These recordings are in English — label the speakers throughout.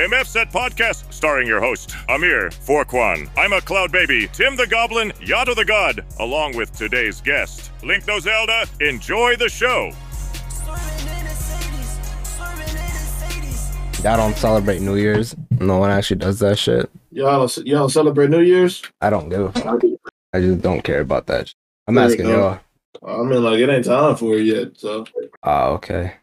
Speaker 1: MF Set Podcast, starring your host, Amir Forquan. I'm a cloud baby, Tim the Goblin, Yato the God, along with today's guest. Link those Zelda, enjoy the show.
Speaker 2: I don't celebrate New Year's. No one actually does that shit.
Speaker 3: Y'all, y'all celebrate New Year's?
Speaker 2: I don't give a fuck. I just don't care about that. shit. I'm asking
Speaker 3: go.
Speaker 2: y'all.
Speaker 3: I mean, like it ain't time for it yet. So
Speaker 2: Oh, okay.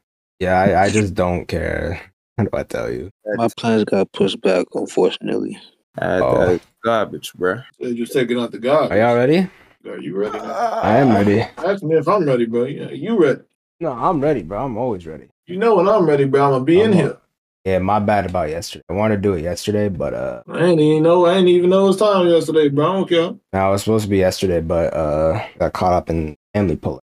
Speaker 2: Yeah, I, I just don't care. What do I tell you?
Speaker 4: My plans got pushed back, unfortunately.
Speaker 5: That,
Speaker 2: Oh.
Speaker 5: that garbage, bruh.
Speaker 3: Said you're taking out the God.
Speaker 2: Are y'all ready?
Speaker 3: Are you ready?
Speaker 2: I am ready.
Speaker 3: Ask me if I'm ready, bro. Yeah, you ready?
Speaker 2: No, I'm ready, bro. I'm always ready.
Speaker 3: You know when I'm ready, bro. I'm gonna be in
Speaker 2: I'm
Speaker 3: here.
Speaker 2: Yeah, my bad about yesterday. I wanted to do it yesterday, but uh,
Speaker 3: I ain't even know. I ain't even know it was time yesterday, bro. I don't care.
Speaker 2: now it was supposed to be yesterday, but uh, got caught up in family pulling.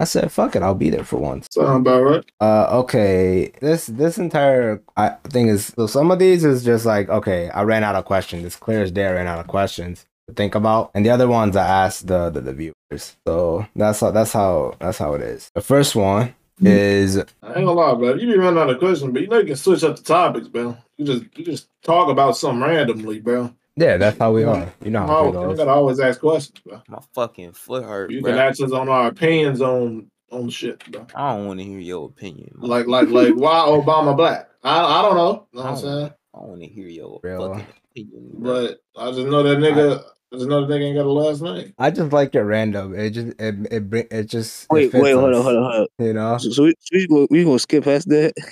Speaker 2: I said, "Fuck it, I'll be there for once."
Speaker 3: Sound about right?
Speaker 2: Uh, okay. This this entire I, thing is so some of these is just like okay, I ran out of questions. It's clear as day, I ran out of questions to think about, and the other ones I asked the the, the viewers. So that's how that's how that's how it is. The first one
Speaker 4: Hmm.
Speaker 2: is
Speaker 3: I ain't gonna lie, bro. You be running out of questions, but you know you can switch up the topics, bro. You just you just talk about something randomly, bro.
Speaker 2: yeah, that's how we
Speaker 4: Hmm.
Speaker 2: are. You know
Speaker 3: I'm
Speaker 2: how
Speaker 4: Oh,
Speaker 3: always,
Speaker 2: it
Speaker 3: I
Speaker 2: goes.
Speaker 3: gotta always ask questions, bro.
Speaker 5: My fucking foot hurt,
Speaker 3: You
Speaker 5: bruh.
Speaker 3: can ask us on our opinions on on shit, bro.
Speaker 5: I don't want to hear your opinion. man.
Speaker 3: Like like like why Obama black? I I don't know. You know what I'm saying?
Speaker 5: I want to hear your
Speaker 2: Real.
Speaker 5: fucking opinion, bruh.
Speaker 3: But I just know that nigga. I just know that nigga ain't got a last name.
Speaker 2: I just like it random. It just it it bring it just it
Speaker 4: Wait,
Speaker 2: fits
Speaker 4: wait, hold
Speaker 2: us,
Speaker 4: on, hold on, hold on.
Speaker 2: You know
Speaker 4: So, so we, so we, gonna, we gonna skip past that?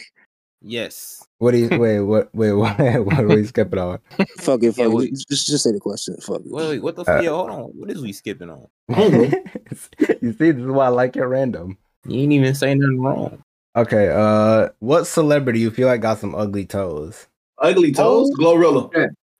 Speaker 5: Yes.
Speaker 2: what do you wait what wait what what are we skipping on?
Speaker 4: fuck it, fuck
Speaker 5: Yeah,
Speaker 4: it.
Speaker 5: we-
Speaker 4: Just, just, just say the question. Fuck it.
Speaker 5: Wait, wait, what the
Speaker 2: Uh,
Speaker 5: fuck? Yo, hold on. What is we skipping on?
Speaker 2: you see, this is why I like it random.
Speaker 5: You ain't even say nothing wrong.
Speaker 2: Okay, uh what celebrity you feel like got some ugly toes?
Speaker 3: Ugly toes, Glorilla.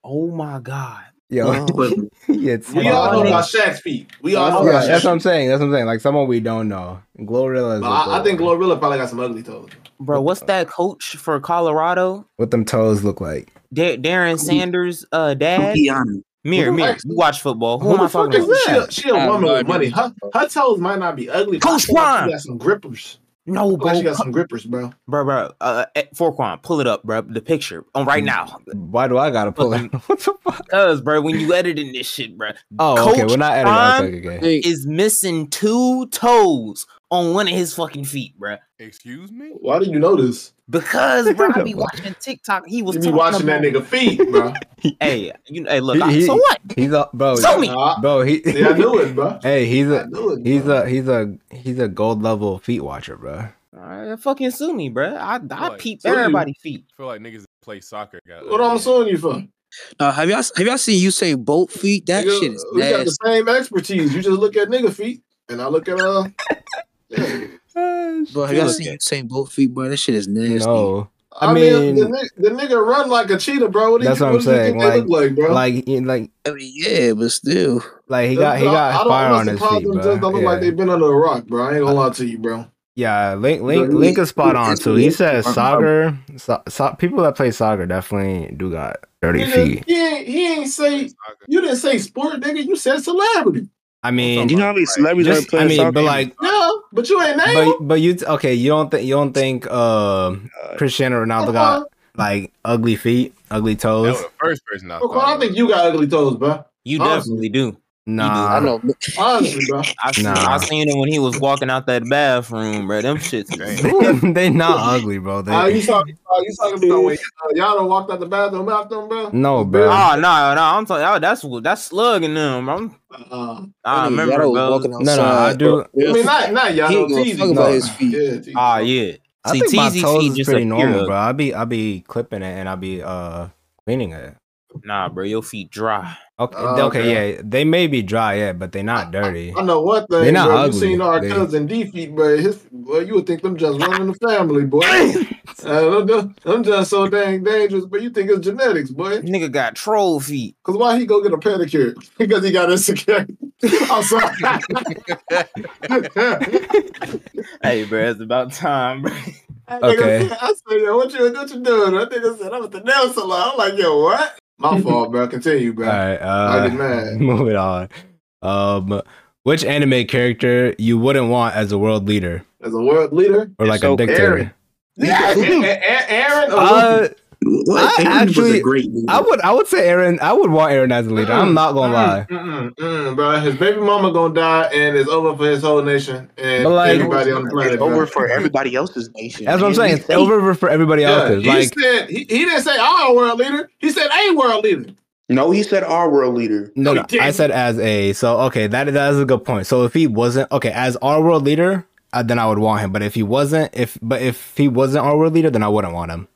Speaker 5: Oh my god.
Speaker 2: Yo,
Speaker 4: Oh.
Speaker 2: yeah, it's
Speaker 3: We
Speaker 5: Come
Speaker 3: all know
Speaker 5: on.
Speaker 3: about Shaq's feet. We all know
Speaker 2: yeah,
Speaker 3: about
Speaker 2: that's
Speaker 3: Shaq's
Speaker 2: what I'm
Speaker 3: feet.
Speaker 2: saying. That's what I'm saying. Like someone we don't know. Glorilla is
Speaker 3: But
Speaker 2: a
Speaker 3: I, I
Speaker 2: good
Speaker 3: think
Speaker 2: one.
Speaker 3: Glorilla probably got some ugly toes.
Speaker 2: What
Speaker 5: Bro,
Speaker 2: the
Speaker 5: what's
Speaker 2: fuck?
Speaker 5: that coach for Colorado?
Speaker 2: what them toes look like.
Speaker 5: Da- Darren Sanders' uh, dad?
Speaker 4: Kiana.
Speaker 5: Mir,
Speaker 3: Who the
Speaker 5: Mir,
Speaker 3: fuck-
Speaker 5: you watch football. Who,
Speaker 2: who
Speaker 5: am
Speaker 2: the
Speaker 5: I
Speaker 2: fuck
Speaker 5: talking
Speaker 2: is
Speaker 5: about?
Speaker 3: She,
Speaker 2: that?
Speaker 3: a- she a
Speaker 4: I have
Speaker 3: woman
Speaker 4: no
Speaker 3: with
Speaker 4: idea.
Speaker 3: money. Her, her toes might not be ugly. but I
Speaker 5: Coach
Speaker 3: feel like
Speaker 5: Prime.
Speaker 3: She got some grippers.
Speaker 5: No,
Speaker 2: Oh,
Speaker 3: I feel like
Speaker 5: bro.
Speaker 3: she got
Speaker 5: co-
Speaker 3: some grippers, bro.
Speaker 5: Bro, bro. Uh, eh, Forquan, pull it up, bro. The picture on right
Speaker 2: Hmm.
Speaker 5: now.
Speaker 2: Why do I gotta pull it? what the fuck?
Speaker 5: Cuz, bro, when you editing this shit, bro,
Speaker 2: Oh, okay,
Speaker 5: Coach
Speaker 2: we're not editing. Okay, okay, okay.
Speaker 4: Hey,
Speaker 5: is missing two toes on one of his fucking feet, bro.
Speaker 6: Excuse me?
Speaker 3: Why do you know this?
Speaker 5: Because bro, I be watching TikTok. He was
Speaker 3: You be
Speaker 5: talking
Speaker 3: watching that
Speaker 5: about-
Speaker 3: nigga feet, bro.
Speaker 5: Hey, you know, hey, look.
Speaker 2: He-
Speaker 5: I-
Speaker 2: he-
Speaker 5: so what?
Speaker 2: He's a bro. uh,
Speaker 5: Tell me.
Speaker 3: Nah,
Speaker 2: Bro, he
Speaker 3: See, I knew it, bro.
Speaker 2: Hey, he's
Speaker 3: I
Speaker 2: a
Speaker 3: knew it.
Speaker 2: he's
Speaker 3: bro.
Speaker 2: a he's a he's a gold level feet watcher, bro.
Speaker 5: Alright, fucking sue me, bro. I I
Speaker 6: Like,
Speaker 5: peep
Speaker 3: sue you.
Speaker 5: everybody's feet.
Speaker 6: I feel like niggas that play soccer. Got
Speaker 3: What I'm suing you for?
Speaker 4: uh, have y'all have y'all seen Usain Bolt feet? That
Speaker 3: Nigga,
Speaker 4: shit is
Speaker 3: We got
Speaker 4: nasty.
Speaker 3: the same expertise. You just look at nigga feet, and I look at uh. yeah.
Speaker 4: Bro, have y'all seen Usain Bolt feet, bro? That shit is nasty.
Speaker 2: No.
Speaker 3: I,
Speaker 2: I
Speaker 3: mean, the,
Speaker 2: mean-
Speaker 3: ni- the nigga run like a cheetah, bro. What do
Speaker 2: That's
Speaker 3: you,
Speaker 2: what I'm
Speaker 3: do you think
Speaker 2: saying,
Speaker 3: they look like, bro?
Speaker 2: Like he- like
Speaker 4: I mean, yeah, but still,
Speaker 2: like he got he
Speaker 3: I- I
Speaker 2: got
Speaker 3: don't
Speaker 2: fire on his
Speaker 3: understand how
Speaker 2: feet,
Speaker 3: them just
Speaker 2: bro.
Speaker 3: don't look
Speaker 2: Yeah.
Speaker 3: like they've been under a rock, bro. I ain't gonna lie to you, bro.
Speaker 2: Yeah, Link Link
Speaker 4: he-
Speaker 2: Link is spot
Speaker 4: he-
Speaker 2: on
Speaker 4: it's-
Speaker 2: too. He
Speaker 4: it's-
Speaker 2: says
Speaker 4: um,
Speaker 2: soccer, so, so, people that play soccer definitely do got dirty
Speaker 3: Nigga,
Speaker 2: feet.
Speaker 3: He ain't, he ain't say you didn't say sport, nigga. You said celebrity.
Speaker 2: I mean,
Speaker 6: Do you know how many celebrities
Speaker 2: just, I mean, but like,
Speaker 3: Yeah, but you ain't name.
Speaker 2: but but you t- okay? You don't think you don't think um Cristiano Ronaldo
Speaker 3: Fuck,
Speaker 2: got like ugly feet, ugly
Speaker 6: That
Speaker 2: toes?
Speaker 6: was the first person I
Speaker 3: fuck, fuck, I
Speaker 6: thought. of.
Speaker 3: think you got ugly toes, bro.
Speaker 5: You
Speaker 3: Honestly.
Speaker 5: definitely do.
Speaker 4: I
Speaker 2: Nah,
Speaker 4: know. but-
Speaker 3: Honestly, bro.
Speaker 5: I seen,
Speaker 2: Nah.
Speaker 5: I seen him when he was walking out that bathroom, bro. Them shits. is-
Speaker 2: they not ugly, bro. They,
Speaker 3: Uh, you talking about you talking about when uh, y'all done walked out the bathroom after them, bro?
Speaker 2: no,
Speaker 5: Oh
Speaker 2: bro.
Speaker 5: no, no, I'm talking. Oh, that's that's slugging them. I'm,
Speaker 3: Uh,
Speaker 5: I
Speaker 4: Y'all
Speaker 5: remember,
Speaker 4: was
Speaker 5: bro.
Speaker 4: walking
Speaker 2: No, no, I
Speaker 4: outside, bro.
Speaker 3: I mean, not not y'all.
Speaker 4: He ain't
Speaker 3: no,
Speaker 4: gonna
Speaker 3: Teezy,
Speaker 4: fuck
Speaker 3: bro.
Speaker 4: about his feet.
Speaker 3: Yeah, Teezy,
Speaker 5: Ah,
Speaker 3: bro.
Speaker 5: yeah.
Speaker 2: I
Speaker 5: See,
Speaker 2: think my
Speaker 5: TZ's
Speaker 2: toes
Speaker 5: feet
Speaker 2: is
Speaker 5: just
Speaker 2: pretty
Speaker 5: a
Speaker 2: normal,
Speaker 5: hero.
Speaker 2: bro. I be I be clipping it and I be uh cleaning it.
Speaker 5: Nah, bro, your feet dry.
Speaker 2: Okay,
Speaker 3: Oh,
Speaker 2: okay, yeah, they may be dry, yeah, but they not dirty.
Speaker 3: I know one thing,
Speaker 2: They not
Speaker 3: bro.
Speaker 2: ugly.
Speaker 3: You seen our
Speaker 2: They-
Speaker 3: cousin D feet, bro. His, boy, you would think them just running the family, boy. uh, them, just- them just so dang dangerous, but you think it's genetics, boy.
Speaker 5: Nigga got troll feet.
Speaker 3: Cause why he go get a pedicure? Because he got insecure. I'm sorry.
Speaker 5: Hey, bro, it's about time, bro.
Speaker 3: That nigga
Speaker 2: Okay.
Speaker 3: said- I said, yo, what you what you doing? That nigga said, I'm at the nail salon. I'm like, yo, what? My fault, bro. Continue, bro.
Speaker 2: All right,
Speaker 3: I
Speaker 2: uh,
Speaker 3: get mad.
Speaker 2: moving on. Um, which anime character you wouldn't want as a world leader
Speaker 3: As a world leader,
Speaker 2: or like a
Speaker 4: So,
Speaker 2: dictator?
Speaker 3: Oh, Aaron. Aaron, or Luffy?
Speaker 2: Uh, I
Speaker 7: What? Aaron was
Speaker 2: actually-
Speaker 7: a great leader.
Speaker 2: I would I would say Aaron. I would want Aaron as a leader. I'm not
Speaker 3: Mm,
Speaker 2: gonna lie.
Speaker 3: Mm-mm, mm-mm, mm, bro. His baby mama gonna die, and it's over for his whole nation and
Speaker 2: But, like-
Speaker 3: everybody on the planet.
Speaker 4: It's
Speaker 3: bro.
Speaker 4: over for everybody else's nation.
Speaker 2: That's what I'm
Speaker 4: man.
Speaker 2: saying.
Speaker 4: We
Speaker 2: It's
Speaker 4: safe.
Speaker 2: over for everybody
Speaker 3: Yeah,
Speaker 2: else.
Speaker 3: he
Speaker 2: Like
Speaker 3: said, he, he didn't say our world leader. He said a world leader.
Speaker 4: No, he said our world leader.
Speaker 2: no, no,
Speaker 3: he
Speaker 2: I said as a. So okay, that that is a good point. So if he wasn't okay as our world leader, uh, then I would want him. But if he wasn't, if but if he wasn't our world leader, then I wouldn't want him.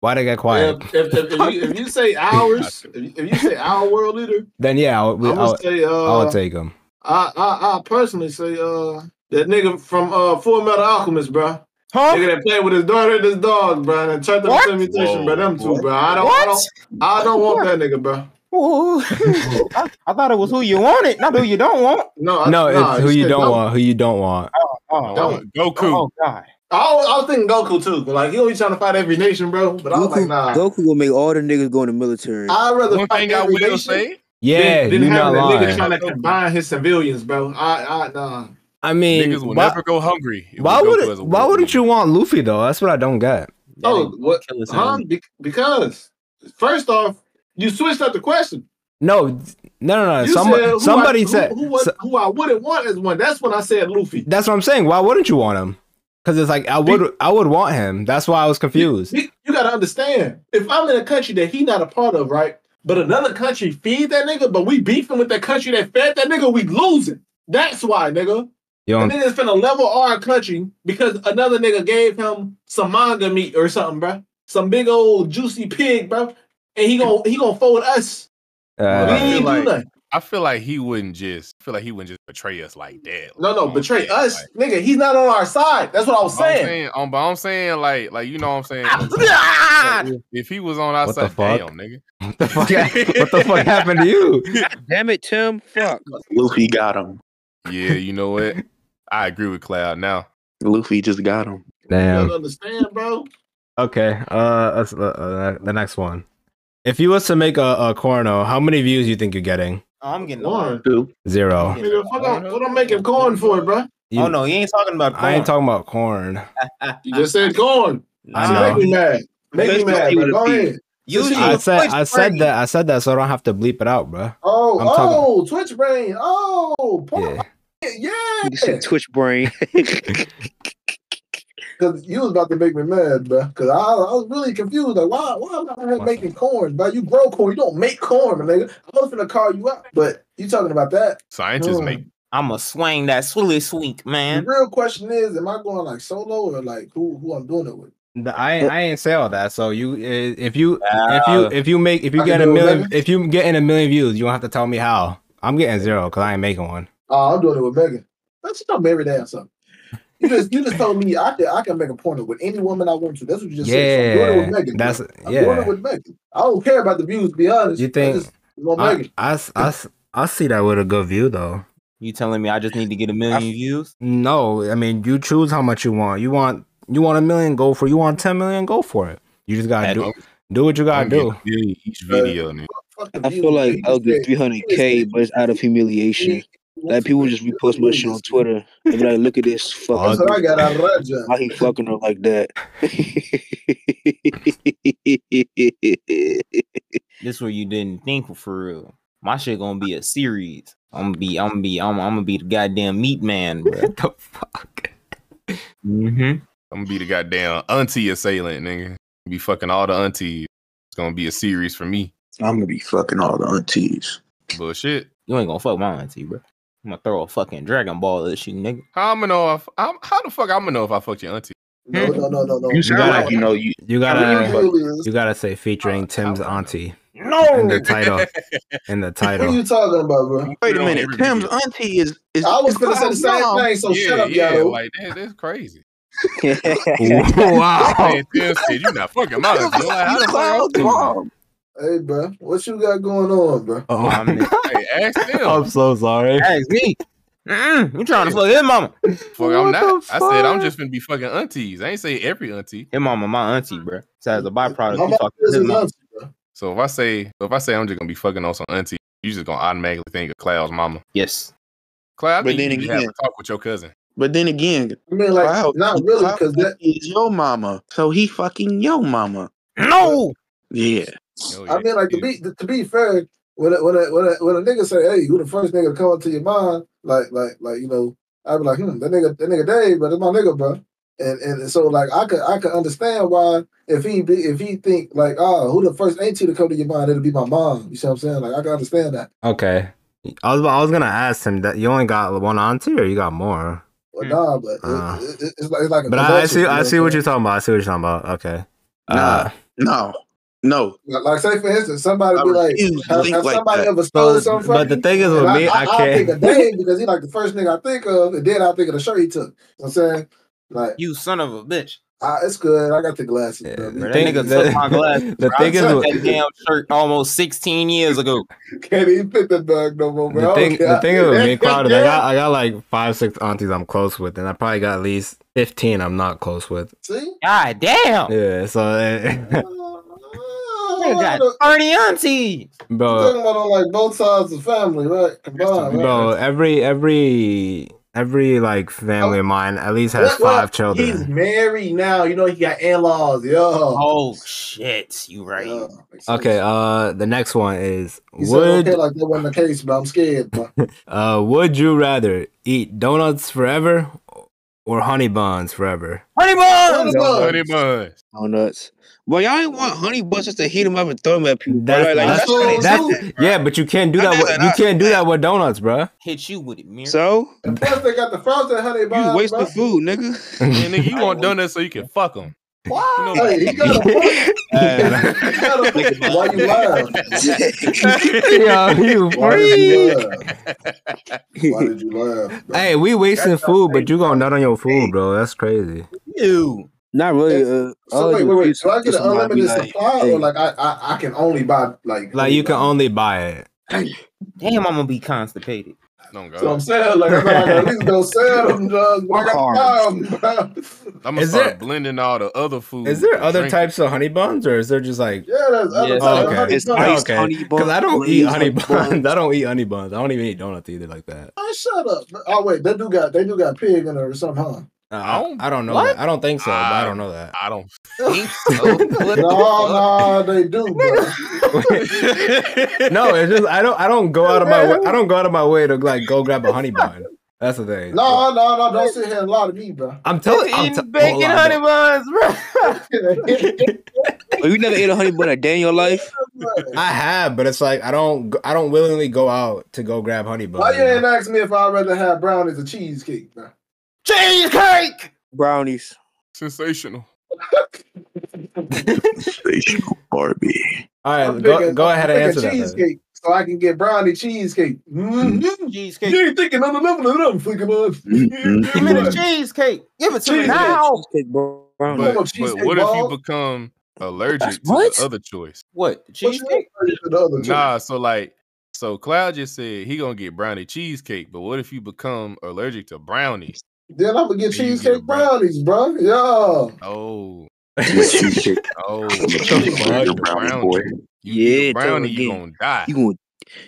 Speaker 2: Why did I get quiet?
Speaker 3: If, if, if, if, you, if you say ours, if you, if you say our world leader,
Speaker 2: Then yeah, I would, we-
Speaker 3: I
Speaker 2: I
Speaker 3: would
Speaker 2: would,
Speaker 3: say uh,
Speaker 2: I would take him.
Speaker 3: I, I, I personally say uh that nigga from uh Full Metal Alchemist, bro.
Speaker 5: Huh?
Speaker 3: Nigga that played with his daughter and his dog, bro, and turned them
Speaker 5: What?
Speaker 3: into mutation, bro. Them two, bro. I don't, I
Speaker 5: What?
Speaker 3: don't, I don't want that nigga, bro.
Speaker 5: Ooh. I, I thought it was who you wanted, not who you don't want.
Speaker 3: No, I,
Speaker 2: No,
Speaker 3: uh, nah,
Speaker 2: it's who you
Speaker 3: said
Speaker 2: don't
Speaker 3: no.
Speaker 2: want. Who you don't want.
Speaker 5: Oh,
Speaker 3: Don't.
Speaker 6: Goku.
Speaker 5: oh God.
Speaker 3: I was, I was thinking Goku too, but like he always trying to fight every nation, bro. But I was like,
Speaker 4: Goku,
Speaker 3: nah,
Speaker 4: Goku will make all the niggas go in the military.
Speaker 3: I'd rather
Speaker 6: One
Speaker 3: fight
Speaker 6: thing I
Speaker 3: every
Speaker 6: will
Speaker 3: nation
Speaker 6: say,
Speaker 2: Yeah,
Speaker 3: than, than
Speaker 2: you're not
Speaker 3: having a nigga
Speaker 2: lying.
Speaker 3: trying to combine his civilians, bro. I, I, nah.
Speaker 2: I mean,
Speaker 6: niggas will
Speaker 2: why,
Speaker 6: never go hungry. if
Speaker 2: why
Speaker 6: Goku
Speaker 2: would
Speaker 6: is
Speaker 2: it,
Speaker 6: a
Speaker 2: why
Speaker 6: world
Speaker 2: wouldn't
Speaker 6: leader.
Speaker 2: you want Luffy though? That's what I don't get.
Speaker 3: Oh, what?
Speaker 8: kill us
Speaker 3: Huh?
Speaker 8: in.
Speaker 3: Be- because first off, you switched up the question.
Speaker 2: No, no, no, no.
Speaker 3: You
Speaker 2: Some,
Speaker 3: said who
Speaker 2: Uh, somebody
Speaker 3: I,
Speaker 2: said
Speaker 3: who, who, was-
Speaker 2: so-
Speaker 3: who I wouldn't want as one. That's when I said Luffy.
Speaker 2: that's what I'm saying. Why wouldn't you want him? Because it's like I would, I would want him. That's why I was confused.
Speaker 3: You, you gotta understand. If I'm in a country that he not a part of, right? But another country feed that nigga, but we beefing with that country that fed that nigga, we losing. That's why, nigga.
Speaker 2: You
Speaker 3: And
Speaker 2: don't,
Speaker 3: then it's finna level our country because another nigga gave him some manga meat or something, bruh. Some big old juicy pig, bruh. And he gon' he gonna fold us.
Speaker 6: I
Speaker 3: we
Speaker 2: uh,
Speaker 6: feel
Speaker 3: ain't
Speaker 6: like-
Speaker 3: do nothing.
Speaker 6: I feel like he wouldn't just. I feel like he wouldn't just betray us like that.
Speaker 3: No, no,
Speaker 6: Like,
Speaker 3: betray
Speaker 6: yeah,
Speaker 3: us,
Speaker 6: like,
Speaker 3: nigga. He's not on our side. That's what I was
Speaker 6: I'm
Speaker 3: saying.
Speaker 6: saying, um, but I'm saying like, like you know, what I'm saying,
Speaker 5: Ah!
Speaker 6: Like, if- if he was on our
Speaker 2: What the
Speaker 6: side,
Speaker 2: fuck?
Speaker 6: damn nigga,
Speaker 2: what the fuck? what the fuck happened to you?
Speaker 7: Damn it, Tim. Fuck.
Speaker 4: Luffy got him.
Speaker 6: yeah, you know what? I agree with Cloud now.
Speaker 4: Luffy just got him.
Speaker 3: You
Speaker 2: Damn.
Speaker 3: don't understand, bro.
Speaker 2: Okay. Uh, that's, uh, uh, the next one. If you was to make a, a corno, how many views you think you're getting?
Speaker 5: Oh, I'm getting old.
Speaker 3: Corn.
Speaker 4: Who?
Speaker 2: Zero.
Speaker 3: Nigga, fuck out. What I'm making corn for, bro?
Speaker 2: You-
Speaker 5: oh no, he ain't talking about.
Speaker 2: I ain't
Speaker 5: corn.
Speaker 2: talking about corn.
Speaker 3: You just said corn.
Speaker 2: I
Speaker 3: So
Speaker 2: know.
Speaker 3: Make me mad. Make me
Speaker 7: Let's
Speaker 3: mad.
Speaker 7: see
Speaker 3: bro.
Speaker 7: what
Speaker 3: Go
Speaker 7: it
Speaker 3: ahead.
Speaker 5: Usually,
Speaker 2: I said, I
Speaker 5: Twitch
Speaker 2: said
Speaker 5: brain.
Speaker 2: that, I said that, so I don't have to bleep it out, bruh.
Speaker 3: Oh,
Speaker 2: I'm talking-
Speaker 3: oh, Twitch brain. Oh, porn.
Speaker 2: Yeah.
Speaker 3: yeah.
Speaker 7: You said Twitch brain.
Speaker 3: Because you was about to make me mad, bro. Because I, I was really confused. Like, why, why am I out here making corn, bro? You grow corn. You don't make corn, my nigga. I was gonna call you out, but you talking about that.
Speaker 6: Scientists
Speaker 3: Mm.
Speaker 6: make
Speaker 5: I'ma swing that swilly swink,
Speaker 3: The
Speaker 5: man.
Speaker 3: real question is, am I going like solo or like who who I'm doing it with?
Speaker 2: The- I I ain't say all that. So you, eh, if you, if you, if you make, if you
Speaker 3: I
Speaker 2: get
Speaker 3: can
Speaker 2: a
Speaker 3: do it
Speaker 2: million,
Speaker 3: better.
Speaker 2: if you getting a million views, you don't have to tell me how. I'm getting zero because I ain't making one.
Speaker 3: Oh, I'm doing it with Megan. That's just don't marry that or something. You just you just told me I can I can make a porno with any woman I want to. That's what you just said. So I'm
Speaker 2: Yeah,
Speaker 3: doing it with Megan.
Speaker 2: that's
Speaker 3: bro. I'm doing it
Speaker 2: yeah.
Speaker 3: with Megan. I don't care about the views. To be honest.
Speaker 2: You think-
Speaker 3: I just want
Speaker 2: I,
Speaker 3: Megan.
Speaker 2: I, s- I s- I see that with a good view though.
Speaker 5: You telling me I just need to get a million views?
Speaker 2: No, I mean you choose how much you want. You want you want a million, go for. it. You want ten million, go for it. You just gotta
Speaker 6: At
Speaker 2: do
Speaker 6: least.
Speaker 2: do what you gotta
Speaker 6: I'm getting
Speaker 2: do.
Speaker 6: a million each video. nigga.
Speaker 3: Fuck the
Speaker 4: I
Speaker 3: views,
Speaker 4: feel like
Speaker 3: nigga.
Speaker 4: I'll
Speaker 3: You
Speaker 4: get
Speaker 3: said
Speaker 4: 300k, but it's out of humiliation. Like people just repost my shit on Twitter and be like, "Look at this
Speaker 3: That's
Speaker 4: fucking
Speaker 3: what I got out of that job.
Speaker 4: why he fucking her like that."
Speaker 5: This where you didn't think for real. My shit gonna be a series. I'm gonna be, I'm gonna be, I'm, I'm gonna be the goddamn meat man, bro.
Speaker 2: What the fuck?
Speaker 5: mm-hmm.
Speaker 6: I'm gonna be the goddamn auntie assailant, nigga. Be fucking all the aunties. It's gonna be a series for me.
Speaker 4: I'm gonna be fucking all the aunties.
Speaker 6: Bullshit.
Speaker 5: You ain't gonna fuck my auntie, bro. I'm gonna throw a fucking Dragon Ball at you, nigga.
Speaker 6: How I'm gonna know if I'm how the fuck I'm gonna know if I fucked your auntie?
Speaker 3: No, no, no, no, no.
Speaker 4: You sound
Speaker 2: gotta-
Speaker 4: like you know you.
Speaker 2: You
Speaker 3: Who
Speaker 2: gotta
Speaker 3: you really is?
Speaker 2: you gotta say featuring Tim's auntie in
Speaker 5: No,
Speaker 2: the title in the
Speaker 3: Who
Speaker 2: title.
Speaker 3: you talking about, bro?
Speaker 4: Wait
Speaker 6: Put it
Speaker 4: a
Speaker 6: on
Speaker 4: minute,
Speaker 6: every
Speaker 4: Tim's
Speaker 6: video.
Speaker 4: auntie is is.
Speaker 3: I was
Speaker 4: is
Speaker 3: gonna say the same
Speaker 4: Cloud's
Speaker 3: thing, so shut up,
Speaker 6: yeah,
Speaker 3: y'all.
Speaker 6: like that, that's crazy.
Speaker 4: mom.
Speaker 2: wow.
Speaker 6: Man, Tim said, you not fucking my auntie. I'm like, how the fuck I'm
Speaker 4: Cloud's
Speaker 6: doing that?
Speaker 4: mom.
Speaker 3: Hey, bro, what you got going on, bro?
Speaker 2: Oh,
Speaker 5: I'm
Speaker 2: I'm,
Speaker 6: Hey, ask them.
Speaker 2: Oh, so sorry.
Speaker 5: ask me. Mm-mm, you trying to fuck his mama?
Speaker 6: Fuck, I'm
Speaker 2: What
Speaker 6: not.
Speaker 2: the
Speaker 6: I said I'm
Speaker 2: fuck?
Speaker 6: just gonna be fucking aunties. I ain't say every auntie.
Speaker 5: His mama, my auntie, bro. So as a byproduct,
Speaker 3: My
Speaker 5: you
Speaker 3: mom
Speaker 5: talking to
Speaker 3: is
Speaker 5: his
Speaker 3: his
Speaker 5: mama.
Speaker 3: auntie, bro.
Speaker 6: So if I say so if I say I'm just gonna be fucking on some auntie, you just gonna automatically think of Cloud's mama.
Speaker 5: Yes.
Speaker 6: Cloud, I
Speaker 4: But
Speaker 6: think
Speaker 4: then
Speaker 6: you need to have
Speaker 4: again-
Speaker 6: a talk with your cousin.
Speaker 8: But then again,
Speaker 3: I mean, like,
Speaker 8: Cloud-
Speaker 3: not really,
Speaker 8: Cloud
Speaker 3: because that.
Speaker 8: is your mama, so he fucking your mama.
Speaker 5: No.
Speaker 8: Yeah,
Speaker 6: Oh,
Speaker 3: I
Speaker 6: yeah.
Speaker 3: mean, like to
Speaker 6: Yeah.
Speaker 3: be to be fair, when a, when a, when a, when a nigga say, "Hey, who the first nigga to come up to your mind?" Like like like you know, I'd be like, "Hmm, that nigga that nigga Dave, but it's my nigga, bro." And and so like I could I could understand why if he be, if he think like, "Ah, who the first ain't to come to your mind?" It'll be my mom. You see what I'm saying? Like I can understand that.
Speaker 2: Okay. I was I was gonna ask him that you only got one auntie or you got more.
Speaker 3: Well,
Speaker 5: Hmm.
Speaker 3: nah, but it-
Speaker 2: Ah.
Speaker 3: it, it, it's like it's like. a
Speaker 2: But I, I
Speaker 3: convention,
Speaker 2: see
Speaker 3: you know
Speaker 2: I
Speaker 3: what
Speaker 2: see
Speaker 3: I'm
Speaker 2: what
Speaker 3: saying?
Speaker 2: you're talking about. I see what you're talking about. Okay.
Speaker 8: Nah. no, no.
Speaker 3: Like, like, say for instance, somebody
Speaker 8: I
Speaker 3: be like,
Speaker 8: refuse to
Speaker 3: "Has,
Speaker 8: think
Speaker 3: has
Speaker 8: like
Speaker 3: somebody
Speaker 8: that.
Speaker 3: ever stole
Speaker 2: So,
Speaker 3: something?" from
Speaker 2: but the
Speaker 3: you?
Speaker 2: thing is
Speaker 3: And
Speaker 2: with me, I,
Speaker 3: think of
Speaker 2: can't.
Speaker 3: Dave because he like the first nigga I think of, and then I think of the shirt he took. You know what I'm saying, like,
Speaker 5: You son of a bitch.
Speaker 3: ah, it's good. I got the glasses.
Speaker 2: Yeah,
Speaker 3: bro.
Speaker 2: the
Speaker 5: that
Speaker 2: thing-
Speaker 5: nigga
Speaker 2: the-
Speaker 5: took my glasses,
Speaker 2: The
Speaker 5: bro.
Speaker 2: thing is,
Speaker 5: I
Speaker 2: with-
Speaker 5: took that damn shirt almost 16 years ago.
Speaker 3: Can't even fit that bug no more, bro.
Speaker 2: the thing, the thing is with me, Crowder, I got
Speaker 3: Yeah.
Speaker 2: I got like five, six aunties I'm close with, and I probably got at least fifteen I'm not close with.
Speaker 3: See,
Speaker 5: God damn.
Speaker 2: Yeah, so eh,
Speaker 5: Nigga
Speaker 3: Oh,
Speaker 5: got 30 aunties.
Speaker 3: I'm
Speaker 2: bro,
Speaker 3: talking about on like both sides of the family, right? Combined, right?
Speaker 2: bro, every every every like family of mine at least has
Speaker 3: What- what?
Speaker 2: five
Speaker 3: He's
Speaker 2: children.
Speaker 3: married now. You know he got in-laws, yo.
Speaker 5: Oh, shit. You right.
Speaker 3: Yo.
Speaker 2: Okay, uh, the next one is
Speaker 3: He said,
Speaker 2: would
Speaker 3: okay, like that wasn't the case, but I'm scared. Bro.
Speaker 2: uh would you rather eat donuts forever or honey buns forever?
Speaker 5: Honey bun.
Speaker 3: Honey buns.
Speaker 6: Honey buns.
Speaker 4: Donuts. Well, y'all ain't want honey buns just to heat them up and throw them at people. bro.
Speaker 2: That's-
Speaker 4: Like,
Speaker 2: that's-
Speaker 4: that's kinda
Speaker 2: that's-
Speaker 4: insulting, bro.
Speaker 2: Yeah, but you can't do
Speaker 4: I
Speaker 2: that.
Speaker 4: mean,
Speaker 2: With,
Speaker 4: like,
Speaker 2: you
Speaker 4: I-
Speaker 2: can't do that with donuts, bruh.
Speaker 5: Hit you with it, man.
Speaker 4: So
Speaker 3: And plus, they got the frozen honey bun.
Speaker 4: you wasting
Speaker 3: bro.
Speaker 4: food, nigga.
Speaker 6: Yeah, nigga, you want donuts so you can fuck them.
Speaker 3: Wow. Hey, he got a point. He got a point. Why you laugh?
Speaker 2: Yo, you
Speaker 3: Why
Speaker 2: free.
Speaker 3: did you laugh? Why did you laugh? bro?
Speaker 2: Hey, we wasting food, but you gonna nut on your food, bro. That's crazy.
Speaker 5: Ew.
Speaker 4: Not really. Uh,
Speaker 3: So
Speaker 4: all
Speaker 3: wait,
Speaker 4: you
Speaker 3: wait, wait.
Speaker 4: refuse
Speaker 3: Do I
Speaker 4: to
Speaker 3: get an
Speaker 4: somebody be
Speaker 3: unlimited
Speaker 4: like,
Speaker 3: supply,
Speaker 4: hey.
Speaker 3: or like I, I, I can only buy like
Speaker 2: Like you can only buy it.
Speaker 5: Damn, I'm gonna be constipated.
Speaker 6: Don't
Speaker 3: So I'm
Speaker 6: go.
Speaker 3: saying, like, I'm like, at least go sell them drugs. Why
Speaker 4: Hard.
Speaker 3: got them, bro?
Speaker 6: I'm gonna
Speaker 2: Is
Speaker 6: start
Speaker 2: there-
Speaker 6: blending all the other food.
Speaker 2: Is there
Speaker 6: and
Speaker 2: other
Speaker 6: drink.
Speaker 2: types of honey buns, or is there just like?
Speaker 3: Yeah, that's other
Speaker 5: Yeah.
Speaker 3: type
Speaker 2: Oh,
Speaker 3: of
Speaker 2: okay.
Speaker 3: honey
Speaker 4: It's
Speaker 3: bun.
Speaker 4: nice.
Speaker 2: okay,
Speaker 4: honey
Speaker 2: because I don't
Speaker 4: buns,
Speaker 2: eat
Speaker 4: glazed
Speaker 2: honey
Speaker 4: honey
Speaker 2: buns.
Speaker 4: buns.
Speaker 2: I don't eat honey buns. I don't even eat donuts either like that.
Speaker 3: Oh, shut up. bro. Oh wait, they do got they do got pig in there or something, huh?
Speaker 2: Uh,
Speaker 6: I
Speaker 2: I,
Speaker 6: don't-
Speaker 2: I don't know.
Speaker 5: What?
Speaker 2: That. I don't think so. but I
Speaker 6: I-
Speaker 2: don't know that.
Speaker 6: I don't.
Speaker 3: No, no, they do, bro.
Speaker 2: no, it's just I don't. I don't go out of my. Way, I don't go out of my way to like go grab a honey bun. That's the thing.
Speaker 3: No, no, no, don't sit here and lie to me, bro.
Speaker 2: I'm telling. I'm
Speaker 5: Eating
Speaker 2: te-
Speaker 5: bacon
Speaker 2: hold on,
Speaker 5: honey
Speaker 2: bro.
Speaker 5: buns, bro.
Speaker 4: Oh, you never ate a honey bun a day in your life?
Speaker 2: I have, but it's like I don't. go- I don't willingly go out to go grab honey buns.
Speaker 3: Why you ain't ask me if I'd rather have brownies or cheesecake, bro?
Speaker 5: Cheesecake.
Speaker 4: Brownies.
Speaker 6: Sensational.
Speaker 8: sensational Barbie.
Speaker 2: All
Speaker 3: I'm
Speaker 2: right, go,
Speaker 3: picking-
Speaker 2: go ahead and
Speaker 3: I'm
Speaker 2: answer
Speaker 3: picking
Speaker 2: that. then.
Speaker 3: cheesecake so I can get brownie cheesecake. Mm-hmm.
Speaker 5: Cheesecake.
Speaker 3: You ain't thinking on the level that I'm thinking of.
Speaker 5: Give me the
Speaker 3: Mm-hmm.
Speaker 5: cheesecake. Give it to me
Speaker 3: Cheesecake.
Speaker 5: now.
Speaker 4: Cheesecake bro- brownies.
Speaker 6: But,
Speaker 3: on,
Speaker 6: but
Speaker 3: cheesecake
Speaker 6: what if
Speaker 3: ball.
Speaker 6: you become allergic to
Speaker 4: What?
Speaker 6: the other choice?
Speaker 5: What? The cheesecake?
Speaker 6: Nah, so like, so Cloud just said he gonna get brownie cheesecake, but what if you become allergic to brownies?
Speaker 3: Then I'm gonna get
Speaker 6: Then you get a
Speaker 3: cheesecake
Speaker 6: brown-
Speaker 3: brownies, bro. Yo,
Speaker 6: Oh,
Speaker 8: Cheesecake.
Speaker 6: oh,
Speaker 2: fuck?
Speaker 8: Your brownie boy.
Speaker 6: You eat
Speaker 4: Yeah,
Speaker 6: a
Speaker 4: tell
Speaker 6: brownie,
Speaker 4: him
Speaker 6: you
Speaker 4: again.
Speaker 6: gonna die.
Speaker 4: You gonna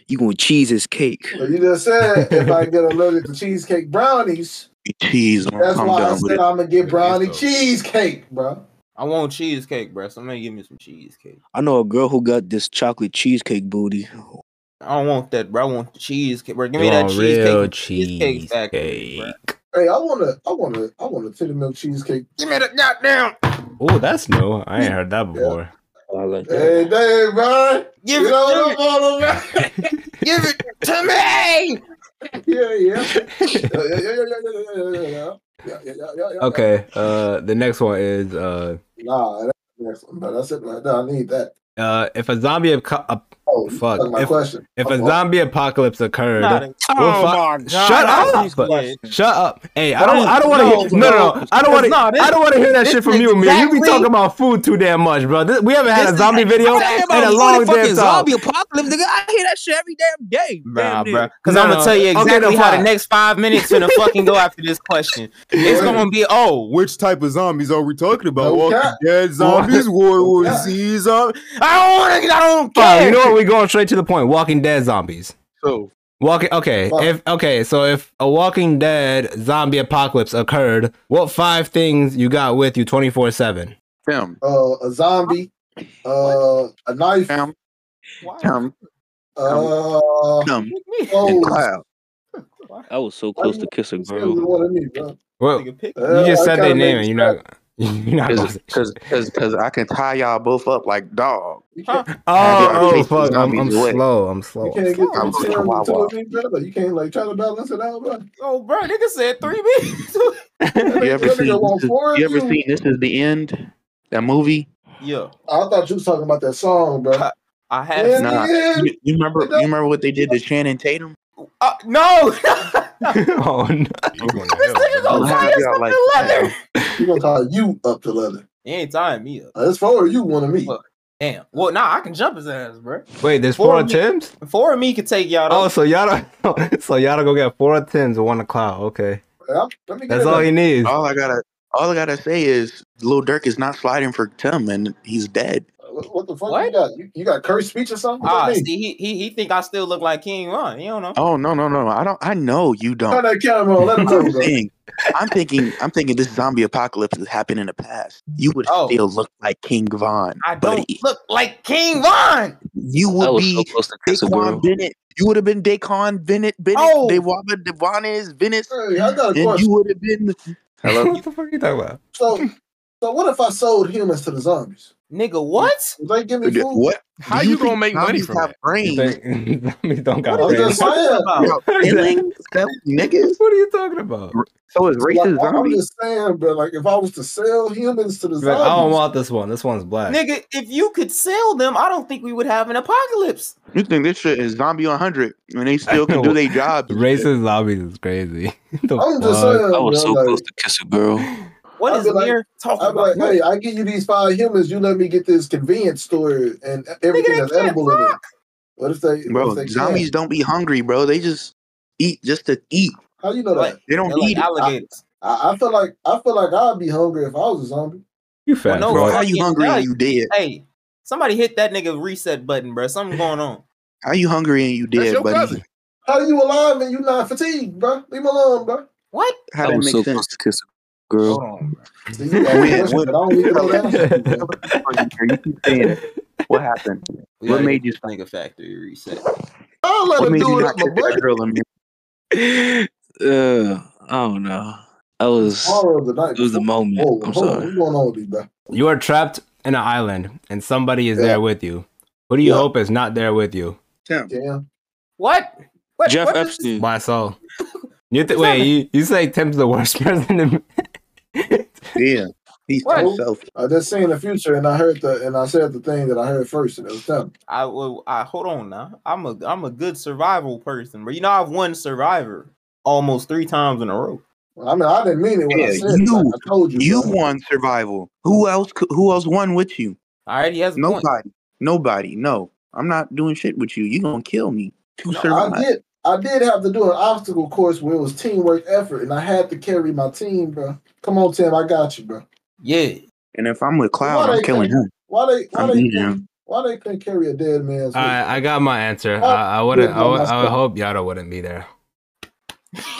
Speaker 4: you gonna cheese his cake.
Speaker 3: you just said if I get allergic to cheesecake brownies,
Speaker 8: Cheese gonna
Speaker 3: that's
Speaker 8: come
Speaker 3: why I
Speaker 8: down with
Speaker 3: said
Speaker 8: it.
Speaker 3: I'm gonna get brownie
Speaker 6: Yes, though.
Speaker 3: cheesecake, bro.
Speaker 5: I want cheesecake, bro. Somebody give me some cheesecake.
Speaker 4: I know a girl who got this chocolate cheesecake booty.
Speaker 5: I don't want that, bro. I want the cheesecake, bro. Give me
Speaker 2: You
Speaker 5: that
Speaker 2: want Oh, real
Speaker 5: cheesecake. cheesecake factory, bro.
Speaker 2: cheesecake.
Speaker 3: Hey, I wanna, I wanna, I wanna titty milk cheesecake.
Speaker 5: Give me the goddamn.
Speaker 2: Oh, that's new. I ain't heard that before.
Speaker 4: I like
Speaker 3: Hey, hey, bro.
Speaker 5: Give
Speaker 3: you
Speaker 5: it
Speaker 3: know
Speaker 5: to
Speaker 3: what
Speaker 5: me.
Speaker 3: I'm on about?
Speaker 5: Give it to me.
Speaker 3: Yeah, yeah. Yeah, yeah, yeah, yeah, yeah, yeah, yeah, yeah. Yeah, yeah, yeah, yeah, yeah.
Speaker 2: Okay. Uh, the next one is uh,
Speaker 3: Nah, that's the next one, bro. That's it right there. I need that.
Speaker 2: uh, if a zombie aco- ap-
Speaker 3: Oh, you
Speaker 2: Fuck,
Speaker 3: took my
Speaker 2: if-
Speaker 3: question.
Speaker 2: if
Speaker 3: Oh,
Speaker 2: a zombie apocalypse occurred,
Speaker 5: oh
Speaker 2: fu-
Speaker 5: my god.
Speaker 2: shut up!
Speaker 5: That's these
Speaker 2: Shut up! Hey, I don't.
Speaker 5: Bro,
Speaker 2: I don't want to
Speaker 5: no,
Speaker 2: hear. No, no, no. I don't want
Speaker 5: That's
Speaker 2: to.
Speaker 5: not it.
Speaker 2: I don't want to hear that
Speaker 5: This
Speaker 2: shit from
Speaker 5: is
Speaker 2: you, man. You be
Speaker 5: exactly-
Speaker 2: talking about food too damn much, bro. This, we haven't had a zombie video in a long damn time.
Speaker 4: zombie apocalypse, nigga. I hear that shit every damn day.
Speaker 5: Nah,
Speaker 4: damn
Speaker 5: bro.
Speaker 4: near.
Speaker 5: Because
Speaker 2: No,
Speaker 5: I'm
Speaker 2: no.
Speaker 5: gonna tell you
Speaker 2: Okay,
Speaker 5: exactly
Speaker 2: no,
Speaker 5: how the
Speaker 2: fine.
Speaker 5: next five minutes gonna fucking go after this question. It's gonna be oh, which type of zombies are we talking about?
Speaker 3: No
Speaker 5: Walking
Speaker 3: cap.
Speaker 5: Dead zombies, World War Z zombies. I don't want to. I
Speaker 2: Fine,
Speaker 5: don't care.
Speaker 2: you know what? We're going straight to the point. Walking Dead zombies.
Speaker 6: So
Speaker 2: Walking okay, if okay, so if a Walking Dead zombie apocalypse occurred, what five things you got with you twenty four seven?
Speaker 8: Tim,
Speaker 3: Uh, a zombie, uh, a knife, uh,
Speaker 8: Tim, Tim, Tim, and
Speaker 3: oh,
Speaker 8: Cloud.
Speaker 4: I was so close to kissing
Speaker 3: This nigga
Speaker 4: girl.
Speaker 3: wanted me, bro.
Speaker 2: Well, you
Speaker 5: Nigga, pick-
Speaker 2: just
Speaker 3: Uh, I
Speaker 2: said their
Speaker 3: kinda
Speaker 2: name and you're
Speaker 3: made
Speaker 2: not you're not gonna say shit.
Speaker 8: Because I can tie y'all both up like dog.
Speaker 2: Oh, oh
Speaker 8: Face
Speaker 2: fuck! I'm,
Speaker 8: zombies
Speaker 2: I'm
Speaker 8: away.
Speaker 2: slow. I'm slow.
Speaker 3: You can't get I'm
Speaker 8: I'm a chihuahua.
Speaker 3: You can't like try to balance it out, bro.
Speaker 5: Oh, bro, nigga said three minutes.
Speaker 8: You ever
Speaker 3: That nigga
Speaker 8: seen?
Speaker 3: want
Speaker 8: This Is-
Speaker 3: four of
Speaker 8: You ever seen? This is the end. That movie.
Speaker 5: yeah,
Speaker 3: I thought you was talking about that song, bro.
Speaker 5: I have.
Speaker 3: Yeah.
Speaker 8: Nah.
Speaker 3: end.
Speaker 8: You, you remember? You remember what they did to Shannon Tatum?
Speaker 5: Uh, no,
Speaker 2: oh no!
Speaker 6: You going to
Speaker 5: this nigga
Speaker 6: hell,
Speaker 5: gonna
Speaker 8: I'll
Speaker 5: tie
Speaker 8: have
Speaker 5: us
Speaker 8: y'all
Speaker 5: up
Speaker 8: like
Speaker 5: in
Speaker 8: that.
Speaker 5: leather.
Speaker 3: He gonna tie you up to leather.
Speaker 5: He ain't tying me up.
Speaker 3: That's four of you, one of me.
Speaker 5: Look. Damn. Well, nah, I can jump his ass, bro.
Speaker 2: Wait, there's
Speaker 5: Four
Speaker 2: four
Speaker 5: of me.
Speaker 2: attempts.
Speaker 5: Four of me could take y'all.
Speaker 2: Oh,
Speaker 5: Oh,
Speaker 2: so y'all don't, so y'all don't go get four attempts and one o'clock. Okay,
Speaker 3: Yeah, Let me get
Speaker 2: that's
Speaker 3: it
Speaker 2: all
Speaker 3: up.
Speaker 2: he needs.
Speaker 8: All I gotta. All I gotta say is, Lil Durk is not sliding for Tim, and he's dead.
Speaker 3: What, what the fuck
Speaker 5: What?
Speaker 3: you got? You, you got cursed speech or something? What
Speaker 5: ah,
Speaker 3: that mean?
Speaker 5: see, he, he he think I still look like King Ron. You don't know.
Speaker 8: Oh no no no! I don't. I know you
Speaker 3: Turn
Speaker 8: don't.
Speaker 3: that camera on. Let him
Speaker 8: I'm
Speaker 3: know, bro.
Speaker 8: thinking, I'm thinking. I'm thinking this zombie apocalypse has happened in the past. You would
Speaker 5: Oh.
Speaker 8: still look like King Von,
Speaker 5: I don't
Speaker 8: buddy.
Speaker 5: look like King Von.
Speaker 8: You
Speaker 4: I
Speaker 8: would
Speaker 4: was so
Speaker 8: be
Speaker 4: close to kissing
Speaker 8: Daquan
Speaker 4: girl.
Speaker 8: Bennett. You would have been Daquan Bennett. Bennett. Oh.
Speaker 5: Oh.
Speaker 8: Dewaba Devanis Bennett.
Speaker 3: Hey, I got a
Speaker 8: And you
Speaker 3: question.
Speaker 8: would have been. Hello.
Speaker 2: what the fuck are you talking about?
Speaker 3: So, so what if I sold humans to the zombies?
Speaker 5: Nigga, what?
Speaker 3: Would they give me food?
Speaker 8: what?
Speaker 6: How
Speaker 8: Do
Speaker 6: you gonna
Speaker 8: think
Speaker 6: make money
Speaker 8: zombies
Speaker 6: from
Speaker 8: have
Speaker 6: that?
Speaker 2: You
Speaker 8: brains?
Speaker 2: think- zombies don't got
Speaker 3: I'm
Speaker 2: brains.
Speaker 3: just saying.
Speaker 5: About?
Speaker 8: Yo, killing, selling niggas.
Speaker 2: What are you talking about?
Speaker 8: So is racist
Speaker 3: Like, I- I'm
Speaker 8: zombies.
Speaker 3: just saying, bro. Like, if I was to sell humans to the
Speaker 2: He's like, I don't
Speaker 3: zombies,
Speaker 2: want this one. This one's black.
Speaker 5: Nigga, if you could sell them, I don't think we would have an apocalypse.
Speaker 8: You think this shit is zombie 100 and they still can do their job?
Speaker 2: Racist zombies is crazy. The
Speaker 3: I'm just
Speaker 2: fuck?
Speaker 3: saying,
Speaker 4: I was
Speaker 3: bro,
Speaker 4: so
Speaker 3: like,
Speaker 4: close to kissing girl.
Speaker 5: What
Speaker 3: I'd
Speaker 5: is
Speaker 3: be like-
Speaker 5: Lear talking
Speaker 3: I'm
Speaker 5: about?
Speaker 3: like, hey, I give you these five humans. You let me get this convenience store and everything
Speaker 5: they
Speaker 3: that's
Speaker 5: can't
Speaker 3: edible in it. What if they,
Speaker 8: Bro,
Speaker 3: what if they
Speaker 8: zombies
Speaker 3: zombies?
Speaker 8: don't be hungry, bro. They just eat just to eat.
Speaker 3: How you know that?
Speaker 5: Like,
Speaker 8: They don't
Speaker 5: They're like
Speaker 8: eat.
Speaker 5: alligators.
Speaker 3: I, I feel like I feel like I'd be hungry if I was a zombie.
Speaker 2: You fat
Speaker 5: no,
Speaker 8: Bro,
Speaker 2: fuck.
Speaker 8: how you hungry and you dead?
Speaker 5: hey, somebody hit that nigga reset button, bro. Something going on.
Speaker 8: How you hungry and you
Speaker 6: That's
Speaker 8: dead,
Speaker 6: your
Speaker 8: buddy?
Speaker 6: cousin.
Speaker 3: How you alive and you not fatigued, bro? Leave me alone, bro.
Speaker 5: What?
Speaker 8: How
Speaker 4: I
Speaker 8: that
Speaker 4: was so
Speaker 8: make
Speaker 4: close
Speaker 8: sense?
Speaker 4: to kissing girl.
Speaker 3: See, you got
Speaker 8: Man,
Speaker 3: questions,
Speaker 8: what-
Speaker 3: but I don't need to know that.
Speaker 8: Oh, You keep saying it. What happened?
Speaker 5: We
Speaker 8: What
Speaker 5: gotta
Speaker 8: made
Speaker 5: get
Speaker 8: you-
Speaker 5: this nigga factory reset?
Speaker 3: I'll let
Speaker 8: What
Speaker 3: him
Speaker 8: made you
Speaker 3: do it
Speaker 8: not
Speaker 3: at my
Speaker 8: kiss that
Speaker 3: budget.
Speaker 8: girl a minute?
Speaker 4: Uh, I don't know. I was.
Speaker 3: Tomorrow the night.
Speaker 4: It was the
Speaker 3: before.
Speaker 4: moment.
Speaker 3: Whoa,
Speaker 4: I'm
Speaker 3: hold on,
Speaker 4: sorry.
Speaker 3: What's going on with you, bro?
Speaker 2: You are trapped in an island, and somebody is
Speaker 3: Yeah.
Speaker 2: there with you. Who do you
Speaker 3: Yeah.
Speaker 2: hope is not there with you?
Speaker 8: Tim,
Speaker 3: Damn.
Speaker 5: What? What?
Speaker 4: Jeff
Speaker 5: what is-
Speaker 4: Epstein.
Speaker 2: My soul. You th- wait, you, you say Tim's the worst person in
Speaker 8: yeah. He's
Speaker 5: What?
Speaker 8: so selfish.
Speaker 3: I just seen the future and I heard the and I said the thing that I heard first and it was Tim.
Speaker 5: I will. I hold on now. I'm a I'm a good survival person, but you know I've won Survivor almost three times in a row.
Speaker 3: I mean, I didn't mean it when I
Speaker 8: Yeah,
Speaker 3: said it.
Speaker 8: you-
Speaker 3: Like, I told you.
Speaker 8: You
Speaker 3: bro.
Speaker 8: won survival. Who else? cou- Who else won with you?
Speaker 5: I already has a point.
Speaker 8: Nobody. Nobody. No, I'm not doing shit with you. You gonna kill me to
Speaker 5: No, I
Speaker 8: survive.
Speaker 3: I did. I did have to do an obstacle course where it was teamwork effort, and I had to carry my team, bro. Come on, Tim, I got you, bro.
Speaker 5: Yeah.
Speaker 8: And if I'm with Cloud,
Speaker 3: Why
Speaker 8: I'm
Speaker 3: they
Speaker 8: killing him.
Speaker 3: Why they? Why
Speaker 8: I'm
Speaker 3: they?
Speaker 8: eating
Speaker 3: Couldn't, why they couldn't carry a dead man's? weight?
Speaker 2: I I got my answer. I, I wouldn't. I would, I would hope Yada wouldn't be there.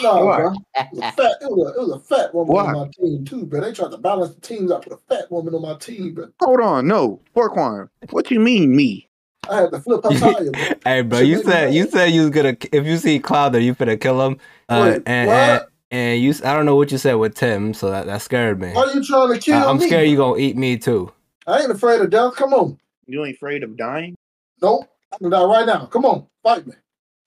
Speaker 3: no,
Speaker 8: why?
Speaker 3: bro. It was a fat. It was a, it was a fat woman
Speaker 8: Why?
Speaker 3: on my team too, bro. They tried to balance the teams out with a fat woman on my team, bro.
Speaker 8: Hold on, no, Porquan. What you mean, me?
Speaker 3: I had to flip
Speaker 2: Uh,
Speaker 3: her tire, bro.
Speaker 2: Hey, bro, you said you said you was gonna. If you see Cloud, there, you finna kill him. Uh,
Speaker 3: Wait,
Speaker 2: and,
Speaker 3: what?
Speaker 2: and and you. s- I don't know what you said with Tim, so that, that scared me.
Speaker 3: Why are you trying to kill
Speaker 2: I, am
Speaker 3: me?
Speaker 2: scared you gonna eat me too.
Speaker 3: I ain't afraid of death. Come on.
Speaker 8: You ain't afraid of dying?
Speaker 3: Nope. I can die right now. Come on. Fight me.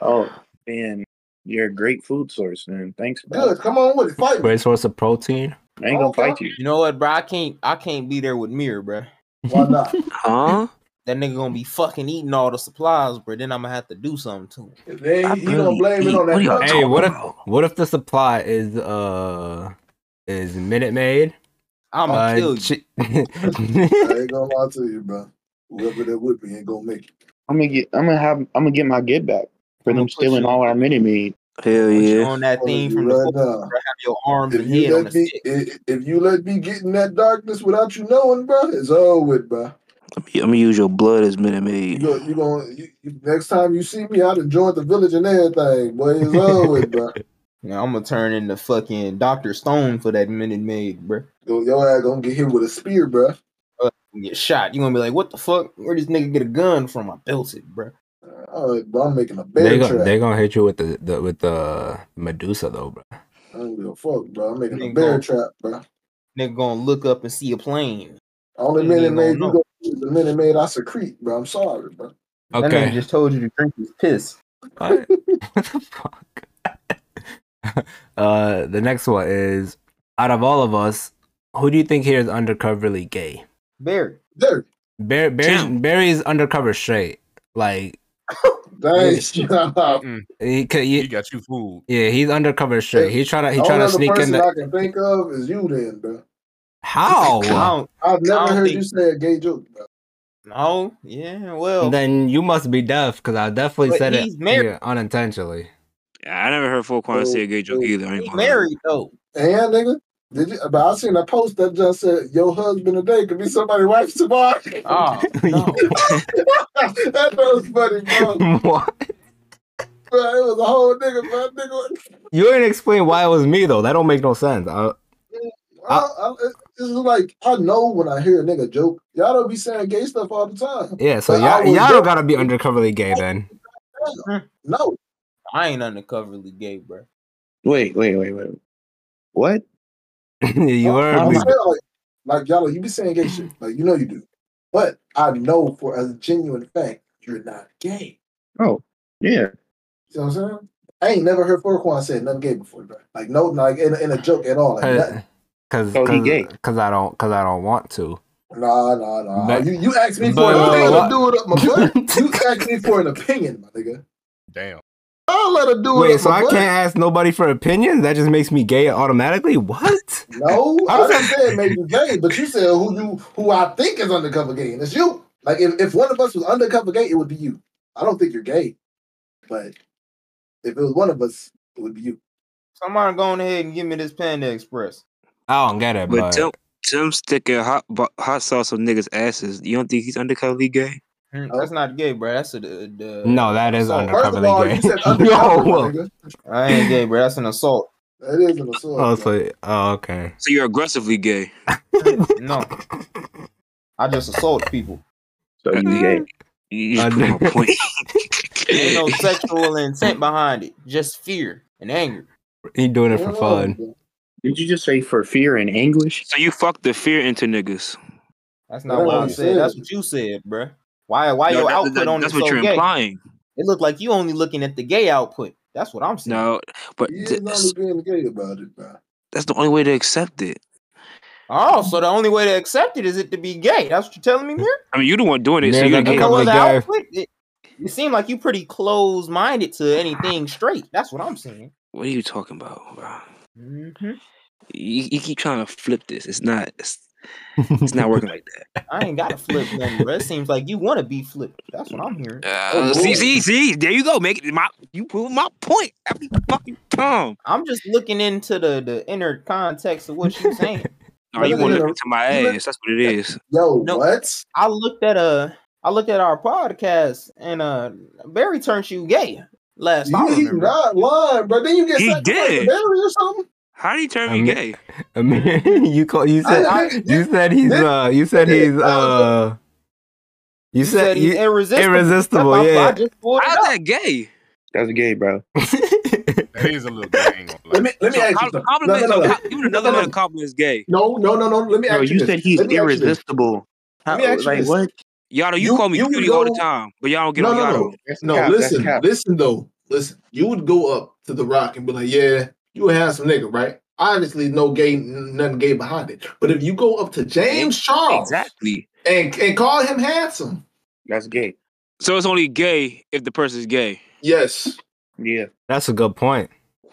Speaker 8: Oh man, you're a great food source, man. Thanks, bro.
Speaker 3: Good. Come on with it. Fight me.
Speaker 2: Great source of protein.
Speaker 8: I ain't gonna
Speaker 3: Okay.
Speaker 8: fight you.
Speaker 5: You know what, bro? I can't I can't be there with Mirror, bro.
Speaker 3: Why not?
Speaker 4: Huh?
Speaker 5: That nigga gonna be fucking eating all the supplies, bro. Then I'm gonna have to do something to him.
Speaker 3: They,
Speaker 4: I
Speaker 3: you don't
Speaker 4: barely
Speaker 3: blame
Speaker 4: eat.
Speaker 3: it on
Speaker 4: What are y'all
Speaker 3: that.
Speaker 2: Hey, what if
Speaker 4: about?
Speaker 2: what if the supply is uh is Minute Maid?
Speaker 5: I'm gonna
Speaker 2: uh,
Speaker 5: kill you.
Speaker 2: chi-
Speaker 3: I ain't gonna lie to you, bro. Whoever that would be ain't gonna make it.
Speaker 8: I'm gonna get. I'm gonna have. I'm gonna get my get back for
Speaker 5: I'ma
Speaker 8: them
Speaker 5: put
Speaker 8: stealing
Speaker 5: you-
Speaker 8: all our mini meat.
Speaker 4: Hell
Speaker 5: Put you
Speaker 4: yeah.
Speaker 5: on that
Speaker 3: I'm
Speaker 5: thing
Speaker 3: telling
Speaker 5: from
Speaker 3: Oh, you
Speaker 5: the
Speaker 3: right
Speaker 5: foot,
Speaker 3: now.
Speaker 5: bro. Have your arms
Speaker 3: If
Speaker 5: and head
Speaker 3: you
Speaker 5: on
Speaker 3: let
Speaker 5: the
Speaker 3: me,
Speaker 5: stick.
Speaker 3: if, if you let me get in that darkness without you knowing, bro, it's over with, bro.
Speaker 4: I'm gonna use your blood as Minute
Speaker 3: You
Speaker 4: Maid.
Speaker 3: go, you going you, you, next time you see me, I'd enjoy the village and everything. Boy, it's always, bro.
Speaker 5: Now I'm gonna turn into fucking Doctor Stone for that minute made, bro.
Speaker 3: Yo, your ass gonna get hit with a spear, bro.
Speaker 5: You Get shot. You gonna be like, what the fuck? Where this nigga get a gun from? I built it, bro.
Speaker 3: Oh, bro, I'm making a bear
Speaker 2: They
Speaker 3: trap.
Speaker 2: gonna they gonna hit you with the, the with the Medusa though, bro.
Speaker 3: I don't give a fuck, bro. I'm making a
Speaker 5: Ain't
Speaker 3: bear
Speaker 5: gonna-
Speaker 3: trap, bro.
Speaker 5: Nigga gonna look up and see a plane.
Speaker 3: Only
Speaker 5: Ain't
Speaker 3: minute
Speaker 5: even
Speaker 3: made you
Speaker 5: gonna
Speaker 3: go the minute made I secrete, bro. I'm sorry, bro.
Speaker 5: That nigga
Speaker 2: Okay.
Speaker 5: just told you to drink his piss.
Speaker 2: What what the fuck? uh, the next one is out of all of us, who do you think here is undercoverly gay?
Speaker 5: Barry.
Speaker 3: There.
Speaker 2: Barry Barry's, Barry's undercover straight. Like
Speaker 3: Nice. job.
Speaker 2: he, could-
Speaker 6: He
Speaker 2: you,
Speaker 6: got you fooled.
Speaker 2: yeah, he's undercover straight. He trying to he
Speaker 3: Only
Speaker 2: trying to
Speaker 3: other
Speaker 2: sneak in
Speaker 3: person
Speaker 2: the
Speaker 3: I can think of is you, then, bro.
Speaker 5: I
Speaker 2: how.
Speaker 5: don't
Speaker 3: I've
Speaker 5: I
Speaker 3: never
Speaker 5: don't
Speaker 3: heard
Speaker 5: think-
Speaker 3: you say a gay joke, bro.
Speaker 5: know. Yeah, well,
Speaker 2: Then you must be deaf because I definitely
Speaker 5: But
Speaker 2: said it
Speaker 5: he's married.
Speaker 2: yeah, unintentionally.
Speaker 4: I never heard Four Quan say a gay joke either. I ain't
Speaker 5: he
Speaker 4: gonna lie.
Speaker 5: married though.
Speaker 3: And nigga, did you? But I seen a post that just said your husband today could be somebody's wife tomorrow.
Speaker 2: Uh-huh.
Speaker 5: Oh, no.
Speaker 3: that was funny, bro.
Speaker 2: what?
Speaker 3: bro. It was a whole nigga, bro. Nigga,
Speaker 2: You ain't explain why it was me though. That don't make no sense. I,
Speaker 3: I, I, this is like I know when I hear a nigga joke. Y'all don't be saying gay stuff all the time.
Speaker 2: yeah, so
Speaker 3: But I
Speaker 2: y'all,
Speaker 3: was
Speaker 2: y'all
Speaker 3: deaf.
Speaker 2: gotta be undercoverly gay then.
Speaker 3: No,
Speaker 5: I ain't undercoverly gay, bro.
Speaker 7: Wait, wait, wait, wait. What?
Speaker 2: you
Speaker 3: I-
Speaker 2: heard
Speaker 3: I'm
Speaker 2: me.
Speaker 3: saying, like, like y'all, you be saying gay shit. Like you know you do, but I know for a genuine fact you're not gay.
Speaker 7: Yeah.
Speaker 3: You know what I'm saying? I ain't never heard Furquan say nothing gay before, bro. Like no, like in, in a joke at all. Like, nothing.
Speaker 2: Cause, cause,
Speaker 7: So he gay.
Speaker 2: cause I don't, cause I don't want to.
Speaker 3: Nah, nah, nah.
Speaker 2: But-
Speaker 3: you, you asked me for
Speaker 2: but-
Speaker 3: an
Speaker 2: but-
Speaker 3: opinion.
Speaker 2: but-
Speaker 3: I'll do it up my butt. you asked me for an opinion, my nigga.
Speaker 6: Damn.
Speaker 3: I'll let her do it
Speaker 2: Wait,
Speaker 3: up
Speaker 2: so
Speaker 3: my
Speaker 2: I
Speaker 3: butt.
Speaker 2: can't ask nobody for opinions? That just makes me gay automatically? What?
Speaker 3: No,
Speaker 2: How
Speaker 3: I
Speaker 2: does
Speaker 3: didn't say it made you gay, but you said who you who I think is undercover gay, and it's you. Like if, if one of us was undercover gay, it would be you. I don't think you're gay, but if it was one of us, it would be you.
Speaker 5: Somebody go on ahead and give me this Panda Express.
Speaker 2: I don't get it,
Speaker 4: But
Speaker 2: but
Speaker 4: Tim, Tim sticking hot bo- hot sauce on niggas' asses. You don't think he's undercoverly gay?
Speaker 5: Mm, That's not gay, bro. That's a, the, the
Speaker 2: no, that is
Speaker 5: assault.
Speaker 3: First of
Speaker 2: undercoverly
Speaker 3: all, Oh, you
Speaker 2: gay.
Speaker 3: said undercover.
Speaker 2: Yo,
Speaker 3: my nigga.
Speaker 5: I ain't gay, bro. That's an assault.
Speaker 3: That is an assault.
Speaker 2: oh,
Speaker 3: bro.
Speaker 2: so, oh, okay.
Speaker 4: So you're aggressively gay.
Speaker 5: No, I just assault people.
Speaker 7: So you gay.
Speaker 4: You just
Speaker 2: I
Speaker 4: put my
Speaker 2: know.
Speaker 4: point.
Speaker 5: Ain't no sexual intent behind it, just fear and anger.
Speaker 2: He doing it for
Speaker 3: Yeah,
Speaker 2: fun.
Speaker 3: bro.
Speaker 7: Did you just say for fear and anguish?
Speaker 4: so you fuck the fear into niggas.
Speaker 5: That's
Speaker 3: That's
Speaker 5: not what
Speaker 3: what
Speaker 5: I
Speaker 3: you
Speaker 5: said.
Speaker 3: said.
Speaker 5: That's what you said, bro. Why? Why
Speaker 4: No,
Speaker 5: your
Speaker 4: that-
Speaker 5: output
Speaker 4: that-
Speaker 5: on
Speaker 4: That's
Speaker 5: it
Speaker 4: what
Speaker 5: so
Speaker 4: you're
Speaker 5: gay?
Speaker 4: implying.
Speaker 5: It looked like you only looking at the gay output. That's what I'm saying.
Speaker 4: No, but
Speaker 3: He
Speaker 4: th-
Speaker 3: is only being gay about it, bro.
Speaker 4: that's the only way to accept it.
Speaker 5: Oh, so the only way to accept it is it to be gay. That's what you're telling me, Mir?
Speaker 4: I mean, you the one doing it, so
Speaker 2: Nigga,
Speaker 4: you're
Speaker 5: The
Speaker 4: gay.
Speaker 2: come-
Speaker 5: color of the
Speaker 2: Probably gay.
Speaker 5: outfit, it, you seem like you pretty close minded to anything straight. That's what I'm saying.
Speaker 4: What are you talking about, bro?
Speaker 5: Mm-hmm.
Speaker 4: You, you keep trying to flip this. It's not. It's, it's not working like that.
Speaker 5: I ain't got to flip nothing, bro. It seems like you want to be flipped. That's what I'm hearing.
Speaker 4: Uh,
Speaker 3: Oh,
Speaker 4: see,
Speaker 3: Lord.
Speaker 4: see, see. There you go. Make it my. You prove my point every fucking time.
Speaker 5: I'm just looking into the, the inner context of what you're saying.
Speaker 4: No, you
Speaker 3: Brother,
Speaker 4: want
Speaker 3: you
Speaker 4: to
Speaker 3: know-
Speaker 4: into my
Speaker 3: you know-
Speaker 4: ass. That's what it is.
Speaker 3: Yo,
Speaker 5: No.
Speaker 3: what?
Speaker 5: I looked at uh I looked at our podcast and uh Barry turned you gay last
Speaker 3: You,
Speaker 5: time.
Speaker 3: he not lying, bro. Then you get
Speaker 4: He
Speaker 3: sacked by
Speaker 4: did.
Speaker 3: Barry or something.
Speaker 4: How do you turn
Speaker 2: I
Speaker 4: me
Speaker 2: mean-
Speaker 4: gay?
Speaker 2: I mean, you call you said
Speaker 3: I- I-
Speaker 2: you said he's
Speaker 3: this-
Speaker 2: uh you said he's
Speaker 3: this-
Speaker 2: uh you
Speaker 5: You said
Speaker 2: said
Speaker 5: he's
Speaker 2: you
Speaker 5: irresistible.
Speaker 2: irresistible,
Speaker 5: That's why I
Speaker 2: yeah.
Speaker 5: just pulled it
Speaker 4: How's
Speaker 5: up.
Speaker 4: that gay?
Speaker 7: That's gay, bro.
Speaker 6: That is a little gay. I ain't gonna lie.
Speaker 3: Let me let me
Speaker 4: So
Speaker 3: ask you
Speaker 4: com-
Speaker 3: something.
Speaker 4: compliment-
Speaker 3: No, no,
Speaker 4: so
Speaker 3: no.
Speaker 4: co- Even another
Speaker 3: no,
Speaker 4: man
Speaker 3: no.
Speaker 4: compliments gay.
Speaker 3: No, no, no, no. Let me
Speaker 7: Bro,
Speaker 3: ask you.
Speaker 7: you
Speaker 3: this.
Speaker 7: said he's
Speaker 3: Let me ask you this.
Speaker 7: irresistible.
Speaker 3: Let me
Speaker 7: How-
Speaker 3: ask you
Speaker 7: like
Speaker 3: this.
Speaker 7: what?
Speaker 4: Yada, you,
Speaker 3: You-
Speaker 4: call me
Speaker 3: you would
Speaker 4: cutie all the
Speaker 3: go-
Speaker 4: time, but y'all don't get
Speaker 3: no,
Speaker 4: on
Speaker 3: no,
Speaker 4: Yada.
Speaker 3: no,
Speaker 7: That's
Speaker 3: no.
Speaker 7: cap, that's
Speaker 3: listen,
Speaker 7: cap.
Speaker 3: listen though. Listen, you would go up to the Rock and be like, "Yeah, you a handsome nigga, right?" Obviously, no gay, n- nothing gay behind it. But if you go up to James Charles
Speaker 4: Exactly.
Speaker 3: and and call him handsome,
Speaker 7: That's gay.
Speaker 4: So it's only gay if the person's gay.
Speaker 3: yes,
Speaker 7: Yeah.
Speaker 2: That's a good point.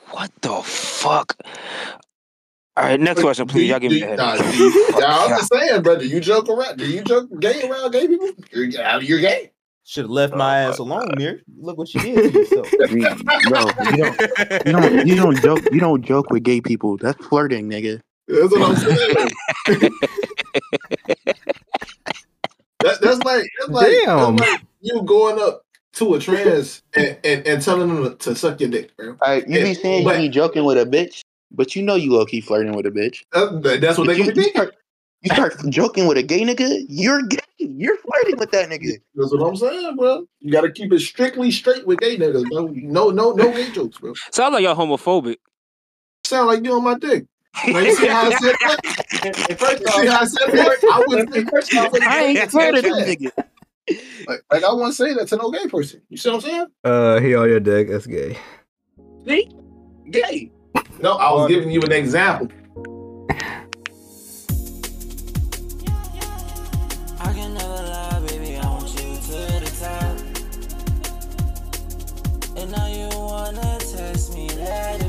Speaker 4: What the fuck? All right, next question,
Speaker 3: Do
Speaker 4: please.
Speaker 3: you-
Speaker 4: Y'all give
Speaker 3: do
Speaker 4: me a
Speaker 3: you-
Speaker 4: head.
Speaker 3: nah, do you- nah, I'm just saying, brother. You joke around? Do you joke gay around gay people? You're, you're gay.
Speaker 5: Should have left my ass alone, Mir. Look what you did to yourself.
Speaker 7: You-
Speaker 8: Bro, you don't, you don't, you don't joke. You don't joke with gay people. That's flirting, nigga.
Speaker 3: That's what I'm saying. That, that's like that's like,
Speaker 2: Damn.
Speaker 3: that's like you going up to a trans and, and, and telling them to suck your dick, bro.
Speaker 8: All right, you be
Speaker 3: Yeah,
Speaker 8: saying
Speaker 3: but-
Speaker 8: you be joking with a bitch, but you know you low key flirting with a bitch.
Speaker 3: That, that's what they
Speaker 8: If
Speaker 3: gonna
Speaker 8: you,
Speaker 3: be
Speaker 8: you
Speaker 3: thinking.
Speaker 8: start, you start joking with a gay nigga, you're gay. You're flirting with that nigga.
Speaker 3: That's what I'm saying, bro. You gotta keep it strictly straight with gay niggas, bro. No, no, no gay jokes, bro.
Speaker 9: Sounds like y'all homophobic.
Speaker 3: Sound like you on my dick. Like, you see how I said that? You see how I said that? I wouldn't say first off,
Speaker 8: I ain't flirting with that nigga.
Speaker 3: like, like I wouldn't say that to no gay person. You see what I'm saying?
Speaker 2: Uh, he on your dick. That's gay.
Speaker 3: Gay. No, I was giving you an example.
Speaker 9: I can never lie, baby. I want you to the top. And now you wanna test me later.